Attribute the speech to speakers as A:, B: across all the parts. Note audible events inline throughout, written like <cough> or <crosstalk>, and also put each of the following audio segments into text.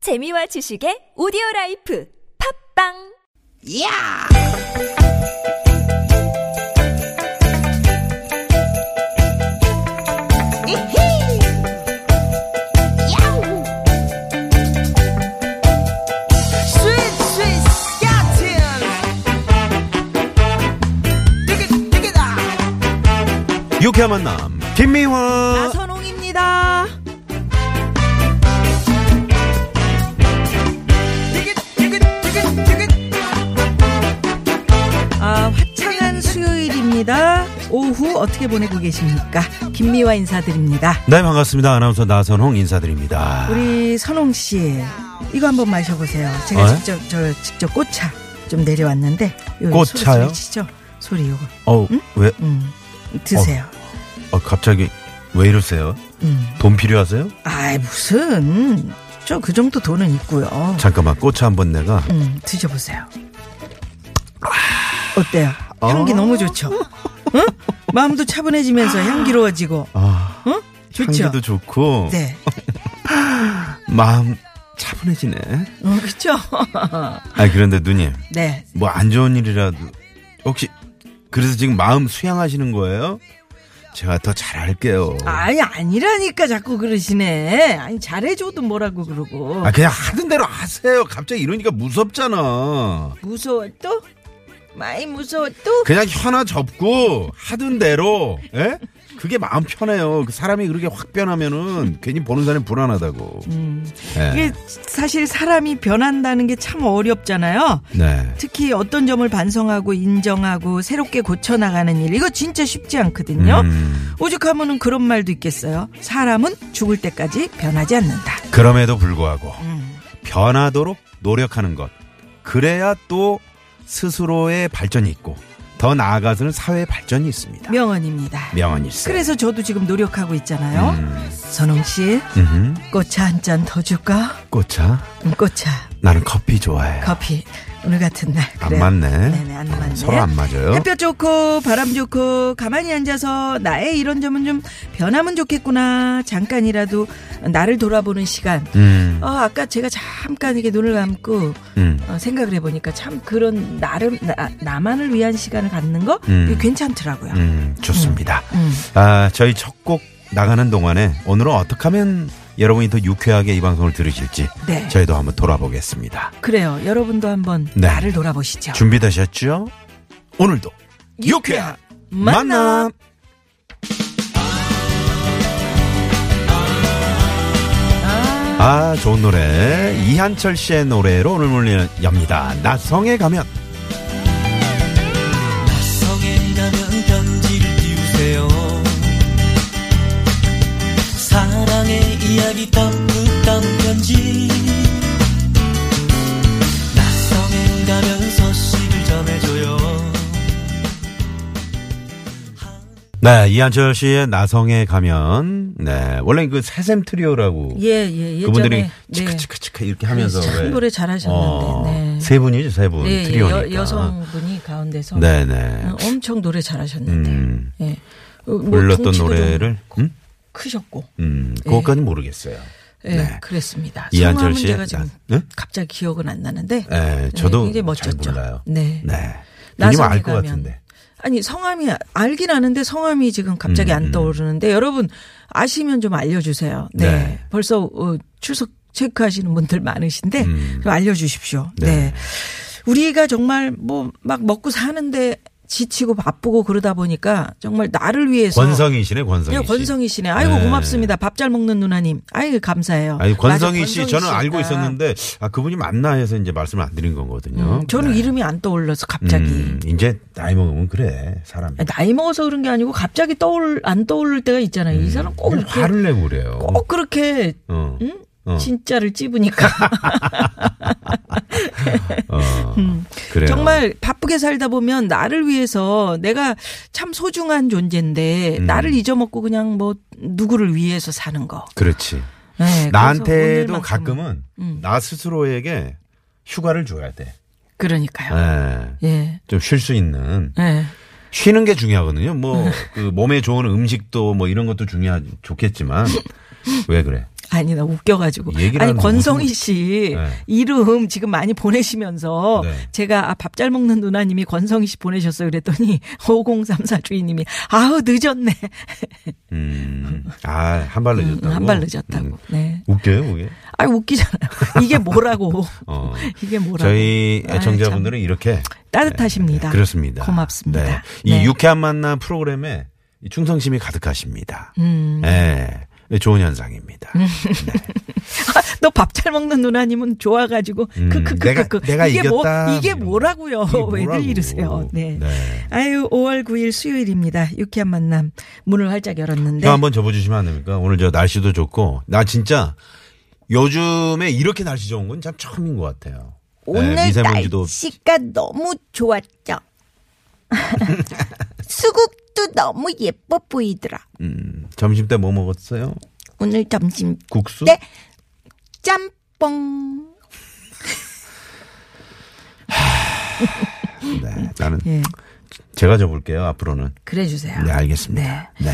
A: 재미와 지식의 오디오 라이프 팝빵
B: 야!
C: 네,
B: 이히! 야우! 스윗, 스윗, 스캇틴! 띠깃, 띠깃아!
C: 유쾌한 만남 김미화
B: 나선홍입니다.
D: 아, 화창한 수요일입니다. 오후 어떻게 보내고 계십니까? 김미화 인사드립니다.
C: 네 반갑습니다 아나운서 나선홍 인사드립니다
D: 우리 선홍 씨, 이거 한번 마셔보세요. 제가
C: 어?
D: 직접 저 직접 꽃차 좀 내려왔는데 요
C: 꽃차요?
D: 소리 치죠? 소리 요거
C: 어우 왜
D: 음, 드세요.
C: 어, 갑자기 왜 이러세요
D: 음,
C: 돈 필요하세요
D: 아이 무슨 저 그 정도 돈은 있고요.
C: 잠깐만 꽃차 한번 내가
D: 음, 드셔보세요. 어때요? 향기
C: 어.
D: 너무 좋죠? 응? 마음도 차분해지면서 향기로워지고
C: 아
D: 좋죠?
C: 향기도 좋고
D: 네.
C: 마음 차분해지네
D: 어, 그쵸? <laughs>
C: 아 그런데 누님
D: 네.
C: 뭐 안 좋은 일이라도 혹시 그래서 지금 마음 수양하시는 거예요 제가 더 잘할게요
D: 아니, 아니라니까 자꾸 그러시네. 아니, 잘해줘도 뭐라고 그러고.
C: 아, 그냥 하던 대로 하세요 갑자기 이러니까 무섭잖아
D: 무서워 또? 많이 무서워 또?
C: 그냥 현아 접고 하던 대로 예? 그게 마음 편해요. 그 사람이 그렇게 확 변하면은 괜히 보는 사람이 불안하다고. 예.
D: 음. 이게 사실 사람이 변한다는 게 참 어렵잖아요.
C: 네.
D: 특히 어떤 점을 반성하고 인정하고 새롭게 고쳐나가는 일. 이거 진짜 쉽지 않거든요.
C: 음,
D: 오죽하면은 그런 말도 있겠어요. 사람은 죽을 때까지 변하지 않는다.
C: 그럼에도 불구하고
D: 음.
C: 변하도록 노력하는 것. 그래야 또 스스로의 발전이 있고 더 나아가서는 사회의 발전이 있습니다.
D: 명언입니다.
C: 명언일세.
D: 그래서 저도 지금 노력하고 있잖아요.
C: 음,
D: 선홍 씨,
C: 음흠.
D: 꽃차 한 잔 더 줄까?
C: 꽃차.
D: 음, 꽃차,
C: 나는 커피 좋아해.
D: 커피. 오늘 같은 날.
C: 안
D: 그래요.
C: 맞네.
D: 네네, 안
C: 어,
D: 맞네.
C: 서로 안 맞아요.
D: 햇볕 좋고 바람 좋고 가만히 앉아서 나의 이런 점은 좀 변하면 좋겠구나. 잠깐이라도 나를 돌아보는 시간.
C: 음,
D: 어, 아까 제가 잠깐 이게 눈을 감고
C: 음.
D: 어, 생각을 해보니까 참 그런 나름 아, 나, 나만을 위한 시간을 갖는 거
C: 음.
D: 이거 괜찮더라고요.
C: 음, 좋습니다.
D: 음.
C: 아, 저희 첫 곡 나가는 동안에 오늘은 어떻게 하면 여러분이 더 유쾌하게 이 방송을 들으실지
D: 네.
C: 저희도 한번 돌아보겠습니다.
D: 그래요. 여러분도 한번
C: 네.
D: 나를 돌아보시죠.
C: 준비되셨죠? 오늘도 유쾌한
D: 유쾌한
C: 만남! 아, 좋은 노래. 이한철 씨의 노래로 오늘 문을 엽니다. 나성에 가면.
E: 성에 가면 편지를 띄우세요 사랑의 이야기 따뜻한 편지 낯성에 가면 소식을 전해줘요
C: 네, 이한철 씨의 나성에 가면. 네, 원래 그 새샘 트리오라고.
D: 예, 예, 예전에
C: 그분들이
D: 네.
C: 치크치크치크 이렇게 하면서.
D: 참
C: 왜-
D: 노래 잘하셨는데.
C: 어,
D: 네.
C: 세 분이죠, 세 분.
D: 예, 예,
C: 트리오니까.
D: 여, 여성분이 가운데서
C: 네네.
D: 어, 엄청 노래 잘하셨는데.
C: 음,
D: 예. 어, 뭐
C: 불렀던
D: 덩치도 좀 네.
C: 노래를 음?
D: 크셨고.
C: 음, 그것까지 모르겠어요.
D: 예,
C: 네.
D: 그랬습니다.
C: 이한철
D: 이한철
C: 씨의
D: 제가 지금
C: 나- 응?
D: 갑자기 기억은 안 나는데. 네,
C: 예, 저도
D: 굉장히
C: 잘 몰라요.
D: 네.
C: 네. 누님
D: 나성에
C: 알것
D: 가면.
C: 같은데.
D: 아니 성함이 알긴 아는데 성함이 지금 갑자기
C: 음,
D: 안 떠오르는데 여러분 아시면 좀 알려주세요. 네,
C: 네.
D: 벌써 어, 출석 체크하시는 분들 많으신데
C: 음.
D: 좀 알려주십시오.
C: 네.
D: 네. 우리가 정말 뭐 막 먹고 사는데 지치고 바쁘고 그러다 보니까 정말 나를 위해서
C: 권성희 씨네, 권성희
D: 예,
C: 씨.
D: 권성희 씨네. 아이고
C: 네.
D: 고맙습니다. 밥 잘 먹는 누나님. 아이 감사해요.
C: 아니, 권성희
D: 맞아,
C: 씨, 저는
D: 씨가.
C: 알고 있었는데, 아, 그분이 맞나 해서 이제 말씀을 안 드린 거거든요.
D: 음, 저는
C: 네.
D: 이름이 안 떠올라서 갑자기
C: 음, 이제 나이 먹으면 그래, 사람이.
D: 나이 먹어서 그런 게 아니고 갑자기 떠올 안 떠오를 때가 있잖아요. 이 사람 꼭 이렇게
C: 음. 화를 음. 내고 그래요.
D: 꼭 음? 그렇게
C: 어.
D: 응?
C: 어.
D: 진짜를 찝으니까
C: <laughs> 어.
D: 음.
C: 그래요.
D: 정말 바쁘게 살다 보면 나를 위해서 내가 참 소중한 존재인데
C: 음.
D: 나를 잊어먹고 그냥 뭐 누구를 위해서 사는 거.
C: 그렇지.
D: 네, 그래서
C: 나한테도
D: 오늘만큼은-
C: 가끔은
D: 음.
C: 나 스스로에게 휴가를 줘야 돼.
D: 그러니까요.
C: 예.
D: 예.
C: 좀 쉴 수 있는
D: 예.
C: 쉬는 게
D: <laughs>
C: 중요하거든요. 뭐 그 몸에 좋은 음식도 뭐 이런 것도 중요 좋겠지만 왜 그래?
D: 아니 나 웃겨가지고
C: 얘기를
D: 아니
C: 하는데
D: 권성희
C: 무슨-
D: 씨
C: 네.
D: 이름 지금 많이 보내시면서
C: 네.
D: 제가 아, 밥 잘 먹는 누나님이 권성희 씨 보내셨어요 그랬더니 <laughs> 5034 주인님이 아우 늦었네
C: 음. 아, 한 발 늦었다고.
D: 한 발 늦었다고
C: 음.
D: 네.
C: 웃겨요, 그게.
D: 아 웃기잖아요 <laughs> 이게 뭐라고
C: 어.
D: 이게 <laughs> 뭐라고
C: 저희
D: 아이,
C: 애청자분들은 이렇게
D: 참 따뜻하십니다
C: 그렇습니다.
D: 고맙습니다
C: 네. 이
D: 네.
C: 유쾌한 만남 프로그램에 이 충성심이 가득하십니다.
D: 음.
C: 예. 좋은 현상입니다.
D: 너 밥 잘 먹는 누나님은 좋아가지고
C: 음, 내가-
D: 크크크크크
C: 내가
D: 이게
C: 이겼다.
D: 뭐 이게
C: 이런 거.
D: 뭐라고요?
C: 이게 뭐라고.
D: 어, 왜들 이러세요? 네.
C: 네.
D: 아유 5월 9일 수요일입니다. 유쾌한 만남 문을 활짝 열었는데
C: 표 한번 접어주시면 안 됩니까? 오늘 저 날씨도 좋고 나 진짜 요즘에 이렇게 날씨 좋은 건 참 처음인 것 같아요.
F: 오늘
C: 네, 미세먼지도
F: 날씨가 너무 좋았죠. <laughs> 수국도 너무 예뻐 보이더라.
C: 음, 점심 때 뭐 먹었어요?
F: 오늘 점심
C: 국수?
F: 네. 짬뽕.
C: 네, 나는
D: 예 아,
C: 제가 접을게요 앞으로는.
D: 그래 주세요.
C: 네 알겠습니다. 네.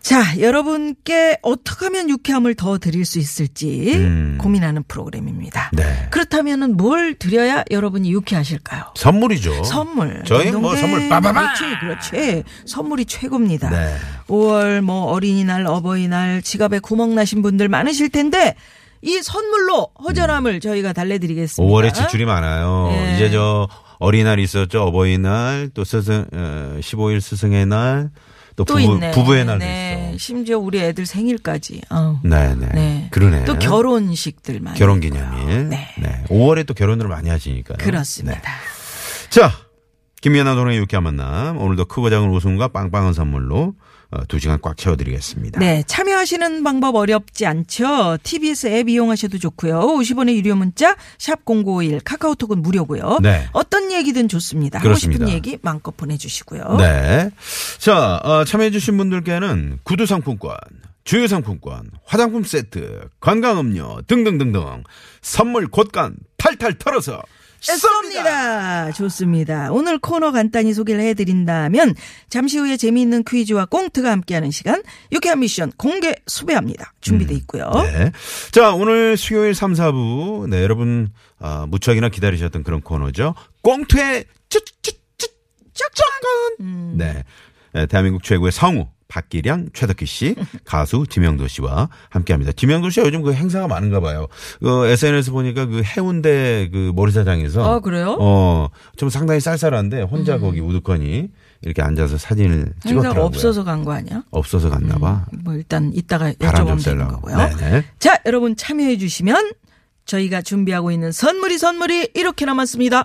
D: 자 여러분께 어떻게 하면 유쾌함을 더 드릴 수 있을지
C: 음.
D: 고민하는 프로그램입니다.
C: 네.
D: 그렇다면은 뭘 드려야 여러분이 유쾌하실까요?
C: 선물이죠.
D: 선물.
C: 어, 저희 뭐
D: 운동회.
C: 선물 빠바바.
D: 그렇지, 그렇지. 선물이 최고입니다.
C: 네.
D: 5월 뭐 어린이날, 어버이날, 지갑에 구멍 나신 분들 많으실 텐데 이 선물로 허전함을 저희가 달래드리겠습니다.
C: 5월에 음. 지출이 많아요.
D: 예.
C: 이제 저 어린이날 있었죠. 어버이날 또 스승 어, 15일 스승의 날. 또,
D: 또
C: 부부,
D: 있네.
C: 부부의 날도
D: 네.
C: 있어. 음.
D: 심지어 우리 애들 생일까지. 어.
C: 네네.
D: 네.
C: 그러네요.
D: 또 결혼식들 많이.
C: 결혼
D: 있고요.
C: 기념일.
D: 네.
C: 네. 5월에 또 결혼을 많이 하시니까요.
D: 그렇습니다.
C: 네. 자, 김연아 동의 유쾌한 만남. 오늘도 크고 작은 웃음과 빵빵한 선물로 어, 두 시간 꽉 채워드리겠습니다.
D: 네, 참여하시는 방법 어렵지 않죠. TBS 앱 이용하셔도 좋고요. 50원의 유료 문자 샵 #0951 카카오톡은 무료고요.
C: 네.
D: 어떤 얘기든 좋습니다.
C: 그렇습니다.
D: 하고 싶은 얘기 마음껏 보내주시고요.
C: 네. 자, 어, 참여해주신 분들께는 구두 상품권, 주유 상품권, 화장품 세트, 관광 음료 등등등등 선물 곳간 탈탈 털어서 쏩니다.
D: 쏩니다. 좋습니다. 오늘 코너 간단히 소개를 해드린다면 잠시 후에 재미있는 퀴즈와 꽁트가 함께하는 시간 유쾌한 미션 공개 수배합니다. 준비돼 있고요.
C: 네. 자, 오늘 수요일 3, 4부. 네, 여러분, 아, 무척이나 기다리셨던 그런 코너죠. 꽁트의
D: 음.
C: 쭈쭈쭈쭈쭈건 네. 네, 대한민국 최고의 성우. 박기량, 최덕기
D: <laughs>
C: 씨, 가수 지명도 씨와 함께 합니다. 지명도 씨가 요즘 그 행사가 많은가 봐요. 그 SNS 보니까 그 해운대 그 모래사장에서.
D: 아, 그래요? 음.
C: 어, 좀 상당히 쌀쌀한데 혼자 거기 우두커니 이렇게 앉아서 사진을 찍었더라고요.
D: 행사가 없어서 간 거 아니야?
C: 없어서 갔나 봐.
D: 뭐 일단 이따가
C: 바람 좀
D: 여쭤보면 되는
C: 쐬려고.
D: 거고요.
C: 네네.
D: 자, 여러분 참여해 주시면 저희가 준비하고 있는 선물이 선물이 이렇게 남았습니다.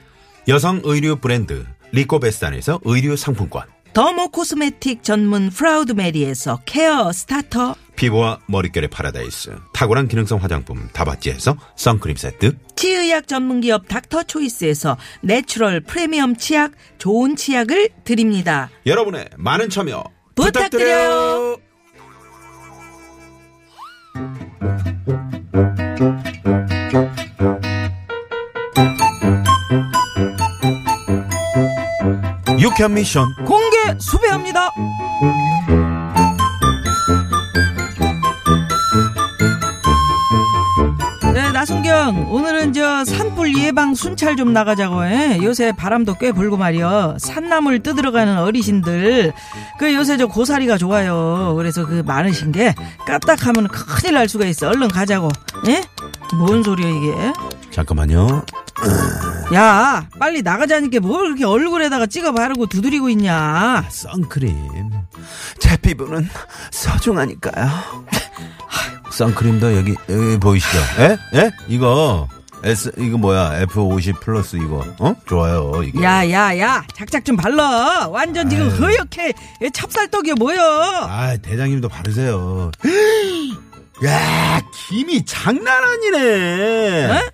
C: 여성 의류 브랜드 리코베스탄에서 의류 상품권.
D: 더모 코스메틱 전문 프라우드 메리에서 케어 스타터.
C: 피부와 머릿결의 파라다이스. 탁월한 기능성 화장품 다바찌에서 선크림 세트.
D: 치의학 전문기업 닥터 초이스에서 내추럴 프리미엄 치약 좋은 치약을 드립니다.
C: 여러분의 많은 참여
D: 부탁드려요.
C: 유쾌한 미션
D: 공개 수배합니다. 네, 나순경. 오늘은 저 산불 예방 순찰 좀 나가자고. 예. 요새 바람도 꽤 불고 말이요. 산나물 뜯으러 가는 어르신들. 그 요새 저 고사리가 좋아요. 그래서 그 많으신 게 까딱하면 큰일 날 수가 있어. 얼른 가자고. 예? 뭔 소리야 이게?
C: 잠깐만요
D: 야, 빨리 나가자니까 뭘 그렇게 얼굴에다가 찍어 바르고 두드리고 있냐?
C: 선크림 제 피부는 소중하니까요 선크림도 여기, 여기 보이시죠 예? 예? 이거 S 이거 뭐야? F50 플러스 이거 어? 좋아요 이게.
D: 야야야 작작 좀 발라 완전 지금 허옇게 얘 찹쌀떡이야 뭐여
C: 아 대장님도 바르세요. <gasps> 야 김이 장난 아니네.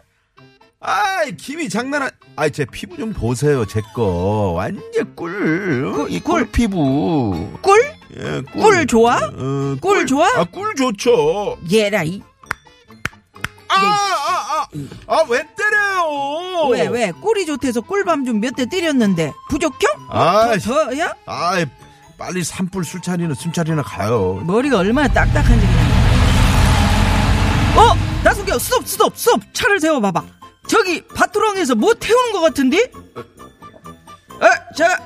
C: 아 김이 장난 아. 아제 피부 좀 보세요 제 거 완전 꿀. 어? 이 꿀 피부.
D: 꿀?
C: 예,
D: 꿀 좋아?
C: 어,
D: 꿀 좋아?
C: 아, 꿀 좋죠.
F: 얘라 이
C: 아, 아, 아, 아, 왜 때려요?
D: 네. 왜 왜 꿀이 좋대서 꿀밤 좀 몇 대 때렸는데 부족형?
C: 아, 씨.
D: 더야?
C: 아, 빨리 산불 술자리나 술자리나 가요.
D: 머리가 얼마나 딱딱한지 그냥. 어? 나순경 스톱 스톱 스톱 차를 세워봐봐 저기 밭두렁에서 뭐 태우는 것 같은데? 에? 제가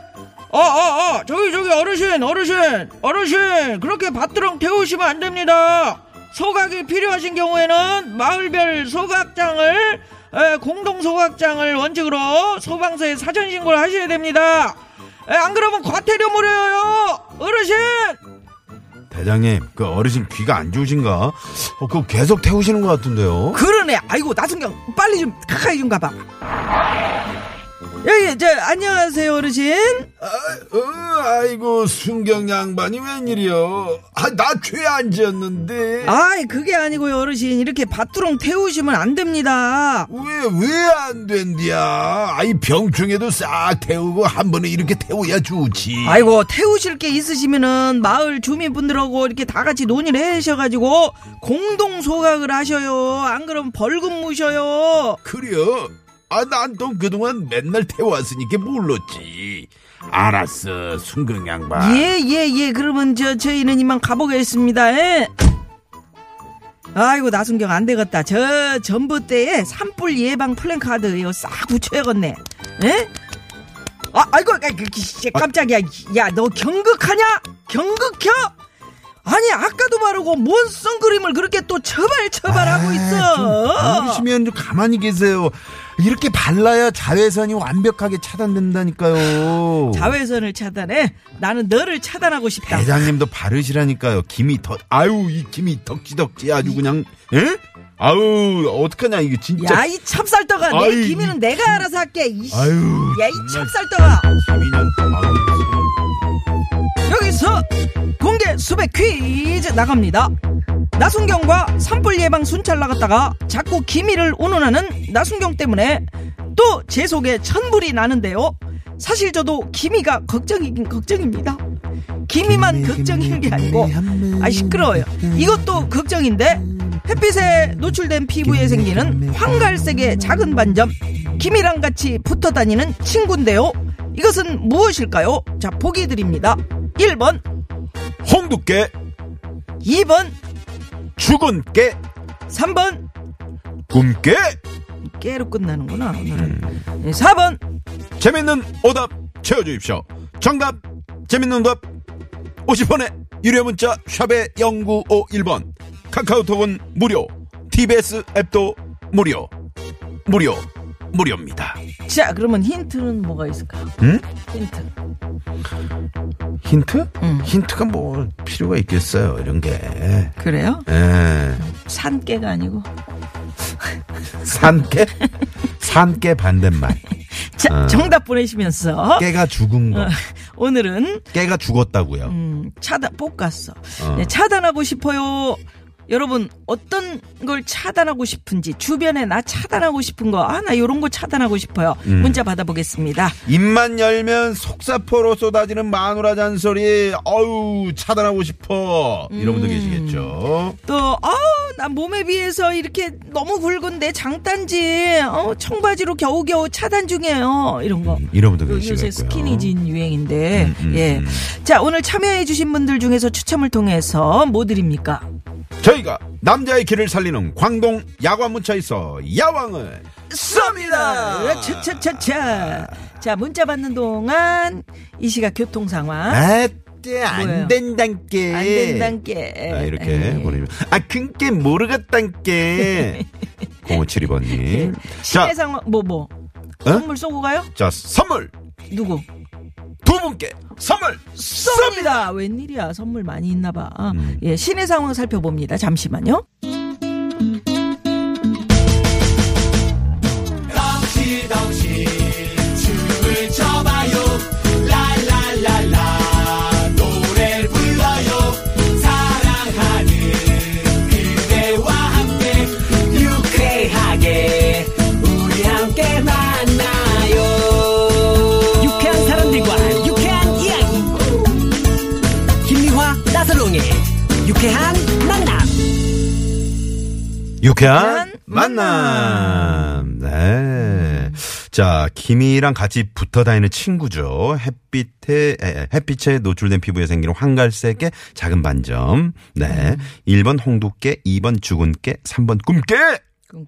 D: 어어어 저기 저기 어르신 어르신 어르신 그렇게 밭두렁 태우시면 안 됩니다 소각이 필요하신 경우에는 마을별 소각장을 에, 공동 소각장을 원칙으로 소방서에 사전 신고를 하셔야 됩니다 에, 안 그러면 과태료 물어요 어르신
C: 대장님, 그 어르신 귀가 안 좋으신가? 어, 그거 계속 태우시는 것 같은데요.
D: 그러네. 아이고 나순경 빨리 좀 가까이 좀 가봐. 여기 저 안녕하세요 어르신.
C: 아, 아이고, 순경 양반이 웬일이요? 아, 나죄안 지었는데.
D: 아이 그게 아니고요 어르신 이렇게 밭두렁 태우시면 안 됩니다.
C: 왜, 왜 안 된디야? 아이, 병충해도 싹 태우고 한 번에 이렇게 태워야 좋지.
D: 아이고 태우실 게 있으시면은 마을 주민분들하고 이렇게 다 같이 논의를 하셔가지고 공동 소각을 하셔요. 안 그럼 벌금 무셔요.
C: 그래요? 아, 난 또 그동안 맨날 태워왔으니까 몰랐지. 알았어, 순경 양반.
D: 예 예 예 그러면 저 저희는 이만 가보겠습니다 예. 아이고 나순경 안 되겠다 저 전봇대에 산불 예방 플랜카드 이거 싹 붙여야겠네 예? 아 아이고 아이, 그, 씨, 깜짝이야 야 너 경극하냐 경극혀 아니 아까도 말하고 뭔 선크림을 그렇게 또 처발처발하고
C: 아,
D: 있어
C: 모르시면 아, 좀 가만히 계세요. 이렇게 발라야 자외선이 완벽하게 차단된다니까요.
D: 자외선을 차단해 나는 너를 차단하고 싶다
C: 대장님도 바르시라니까요. 김이 더, 아유, 이 김이 덕지덕지 아주 그냥, 예? 아유, 어떡하냐, 이거 진짜.
D: 야 이 찹쌀떡아 내
C: 아이,
D: 기미는 내가 알아서 할게 이씨.
C: 아유,
D: 야 이
C: 정말.
D: 찹쌀떡아
C: 김이 그냥, 아유.
D: 여기서 공개 수백 퀴즈 나갑니다 나순경과 산불 예방 순찰 나갔다가 자꾸 기미를 운운하는 나순경 때문에 또 제 속에 천불이 나는데요 사실 저도 기미가 걱정이긴 걱정입니다 기미만 걱정인 게 아니고 아 시끄러워요 이것도 걱정인데 햇빛에 노출된 피부에 생기는 황갈색의 작은 반점 김이랑 같이 붙어 다니는 친구인데요 이것은 무엇일까요? 자 보기 드립니다 1번
C: 홍두깨,
D: 2번
C: 죽은깨,
D: 3번
C: 꿈깨.
D: 깨로 끝나는구나 오늘은 네, 4번
C: 재밌는 오답 채워주십시오. 정답, 재밌는 오답, 50원에 유료 문자 샵의 0951번. 카카오톡은 무료. TBS 앱도 무료. 무료. 무료입니다.
D: 자 그러면 힌트는 뭐가 있을까요?
C: 응?
D: 힌트
C: 힌트?
D: 음.
C: 힌트가 뭐 필요가 있겠어요, 이런 게.
D: 그래요?
C: 예.
D: 산깨가 아니고 <laughs>
C: 산깨? 산깨 반대말.
D: 자
C: 어.
D: 정답 보내시면서
C: 깨가 죽은 거.
D: 오늘은
C: 깨가 죽었다고요.
D: 어. 음, 차단 뽑았어.
C: 어.
D: 네, 차단하고 싶어요. 여러분 어떤 걸 차단하고 싶은지 주변에 나 차단하고 싶은 거 아 나 요런 거 차단하고 싶어요.
C: 음.
D: 문자 받아보겠습니다.
C: 입만 열면 속사포로 쏟아지는 마누라 잔소리 어우 차단하고 싶어 이런
D: 음.
C: 분들 계시겠죠
D: 또 아 나 몸에 비해서 이렇게 너무 굵은 내 장단지 어, 청바지로 겨우겨우 차단 중이에요. 이런 거.
C: 이런 분들
D: 요- 요새
C: 계시겠고요
D: 스키니진 유행인데
C: 음, 음,
D: 예.
C: 음.
D: 자 오늘 참여해주신 분들 중에서 추첨을 통해서 뭐 드립니까?
C: 저희가 남자의 길을 살리는 광동 야관문차에서 야왕을 쏩니다
D: 차차차차. 자 문자 받는 동안 이 시각 교통 상황
C: 아뜨
D: 뭐예요?
C: 안 된단께
D: 안 된단께.
C: 아, 이렇게
D: 예.
C: 보내주면 아 큰게 <laughs> 모르겠단께 0572번님
D: 시내
C: 자, 어?
D: 상황 뭐 뭐. 선물 쏘고 가요?
C: 자 선물
D: 누구?
C: 두 분께 선물 쏩니다 음.
D: 쏩니다. 웬일이야? 선물 많이 있나 봐. 예, 시내 상황 살펴봅니다. 잠시만요.
B: 이상형의 유쾌한 만남.
C: 유쾌한 만남. 네. 자, 김이랑 같이 붙어 다니는 친구죠. 햇빛에, 에, 햇빛에 노출된 피부에 생기는 황갈색의 작은 반점. 네. 1번 홍두깨, 2번 주근깨, 3번 꿈깨! 그러니까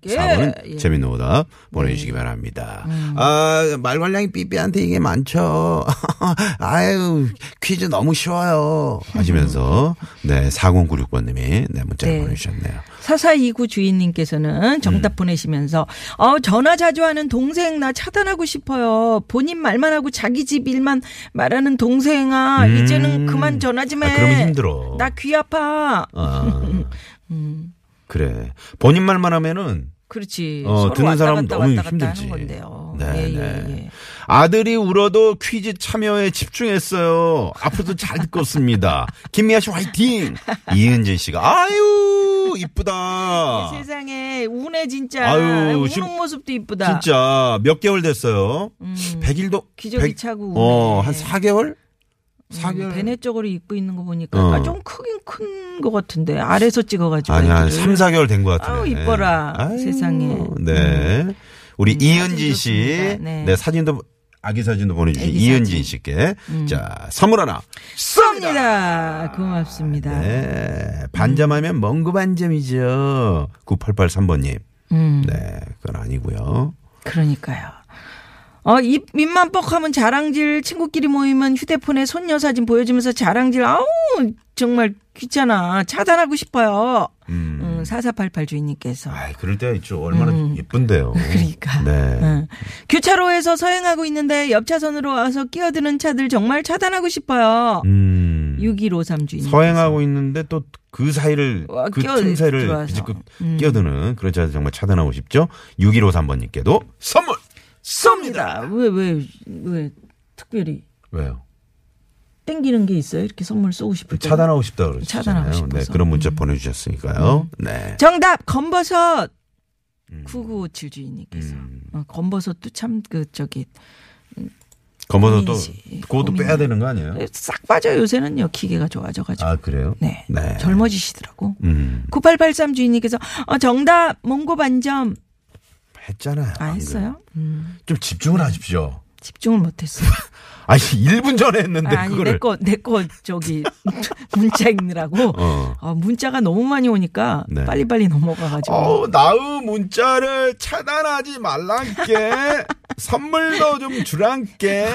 D: 끊게.
C: 4번은
D: 예. 음.
C: 재미있는 오답 보내주시기 바랍니다. 아, 말괄량이 삐삐한테 이게 많죠. <laughs> 아유, 퀴즈 너무 쉬워요. 하시면서, 네, 4096번님이 네, 문자를
D: 네.
C: 보내주셨네요.
D: 사사이구 주인님께서는
C: 음.
D: 정답 보내시면서 어 전화 자주 하는 동생 나 차단하고 싶어요. 본인 말만 하고 자기 집 일만 말하는 동생아
C: 음.
D: 이제는 그만 전화 좀 해.
C: 아, 그러면 힘들어.
D: 네. 나 음. 귀 아파.
C: 아.
D: <laughs>
C: 그래. 본인 말만 하면은
D: 그렇지.
C: 어,
D: 서로
C: 듣는
D: 왔다
C: 사람은
D: 갔다
C: 너무
D: 왔다 갔다
C: 힘들지.
D: 하는 건데요.
C: 네,
D: 예,
C: 네.
D: 예, 예.
C: 아들이 울어도 퀴즈 참여에 집중했어요. 앞으로도 잘 듣겠습니다. 김미아 씨 화이팅! 이은진 씨가 아유 이쁘다.
D: 네, 세상에 운해 진짜.
C: 아. 아유,
D: 우는
C: 지금
D: 모습도 이쁘다. 음.
C: 진짜 몇 개월 됐어요? 100일도
D: 기저귀 차고
C: 어,
D: 우네.
C: 한 4개월?
D: 음, 베네 쪽으로 입고 있는 거 보니까
C: 어.
D: 아, 좀 크긴 큰 거 같은데 아래서 찍어가지고
C: 아니 한
D: 애들을.
C: 3, 4개월 된 것 같아요.
D: 아우, 이뻐라. 세상에.
C: 네. 우리 이은진
D: 사진
C: 씨.
D: 좋습니다.
C: 네.
D: 네.
C: 사진도 아기 사진도 보내 주신
D: 애기
C: 이은진
D: 사진. 음.
C: 씨께 자, 선물 하나.
D: 쏩니다. 고맙습니다.
C: 아, 네.
D: 음.
C: 반점하면 멍구 반점이죠. 9883번님.
D: 음,
C: 네. 그건 아니고요.
D: 그러니까요. 어, 입, 입만 뻑하면 자랑질, 친구끼리 모이면 휴대폰에 손녀 사진 보여주면서 자랑질, 아우, 정말 귀찮아. 차단하고 싶어요.
C: 음.
D: 음, 4488 주인님께서.
C: 아, 그럴 때가 있죠. 얼마나
D: <laughs>
C: 예쁜데요.
D: 그러니까.
C: 네.
D: 응. 교차로에서 서행하고 있는데 옆 차선으로 와서 끼어드는 차들 정말 차단하고 싶어요.
C: 음.
D: 6153 주인님.
C: 서행하고 있는데 또 그 사이를
D: 와,
C: 그
D: 끼어 음.
C: 틈새를
D: 들어와서.
C: 비집고 끼어드는 그런 자들 정말 차단하고 싶죠. 6153번님께도 선물
D: 쏩니다. 왜, 왜, 왜 특별히
C: 왜요?
D: 땡기는 게 있어요? 이렇게 선물 쏘고 싶을 때.
C: 차단하고 싶다 그러시잖아요.
D: 차단하고
C: 네,
D: 싶어서. 음.
C: 그런 문자 보내주셨으니까요. 네.
D: 정답! 검버섯!
C: 음.
D: 9957 주인님께서. 어, 검버섯도 참, 그, 저기,
C: 검어도 또
D: 고민이지.
C: 그것도 빼야
D: 고민이야.
C: 되는 거 아니에요?
D: 싹 빠져요. 요새는요. 기계가 좋아져가지고.
C: 아 그래요?
D: 네.
C: 네.
D: 젊어지시더라고.
C: 음
D: 9883 주인님께서, 어, 정답! 몽고 반점.
C: 했잖아요. 네.
D: 아, 했어요? 음.
C: 좀 집중을 하십시오.
D: 집중을 못했어요.
C: 아니 1분 전에 했는데
D: 아니
C: 그거를
D: 내거 내 거 저기 <laughs> 문자 읽느라고
C: 어.
D: 아, 문자가 너무 많이 오니까
C: 네.
D: 빨리빨리 넘어가가지고
C: 어우, 나의 문자를
D: <laughs>
C: 차단하지 말란께. 선물도 좀 주란께.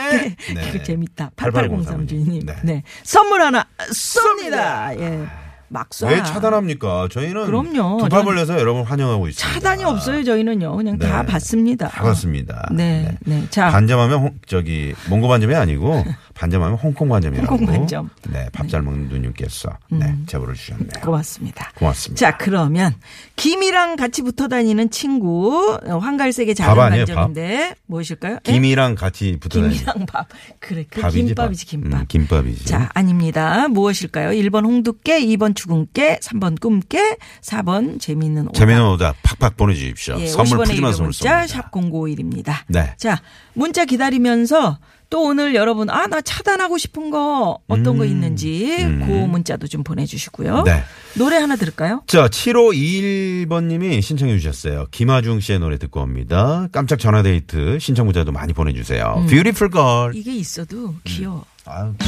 C: 네.
D: 그 재밌다.
C: 8803
D: 8803 주인님.
C: 네.
D: 네. 선물 하나 쏩니다. 예. 막 쏴.
C: 아. 왜 차단합니까? 저희는
D: 그럼요.
C: 두 팝을 해서 여러분 환영하고 있습니다.
D: 차단이 없어요. 저희는요. 그냥
C: 네.
D: 다 받습니다.
C: 다 봤습니다.
D: 네. 네. 자.
C: 반점하면 홍, 저기 몽고 반점이 아니고 반점하면 홍콩 반점이라고.
D: 홍콩 반점. 음.
C: 네, 밥 잘 먹는 누님께서 네, 제보를 주셨네요.
D: 고맙습니다.
C: 고맙습니다.
D: 자, 그러면 김이랑 같이 붙어 다니는 친구 어, 황갈색의 작은
C: 밥 아니에요,
D: 반점인데 무엇일까요? 예?
C: 김이랑 같이 붙어 다니는
D: 김이랑 밥. 그래. 그
C: 밥이지, 밥.
D: 김밥이지 김밥.
C: 음, 김밥이지.
D: 자, 아닙니다. 무엇일까요? 1번 홍두깨, 2번 주근깨, 3번 꿈깨, 4번 재미있는 오답.
C: 재미는 오다 팍팍 보내주십시오.
D: 예,
C: 선물
D: 50원의
C: 푸짐한
D: 유료
C: 선물
D: 문자
C: 쏩니다.
D: 샵 0951입니다.
C: 네.
D: 자, 문자 기다리면서 또 오늘 여러분 아, 나 차단하고 싶은 거 어떤 거 있는지 그 문자도 좀 보내 주시고요.
C: 음. 네.
D: 노래 하나 들을까요?
C: 자, 7521번님이 신청해 주셨어요. 김하중 씨의 노래 듣고 옵니다. 깜짝 전화데이트 신청 문자도 많이 보내주세요. Beautiful Girl.
D: 이게 있어도 귀여워.
C: 아유.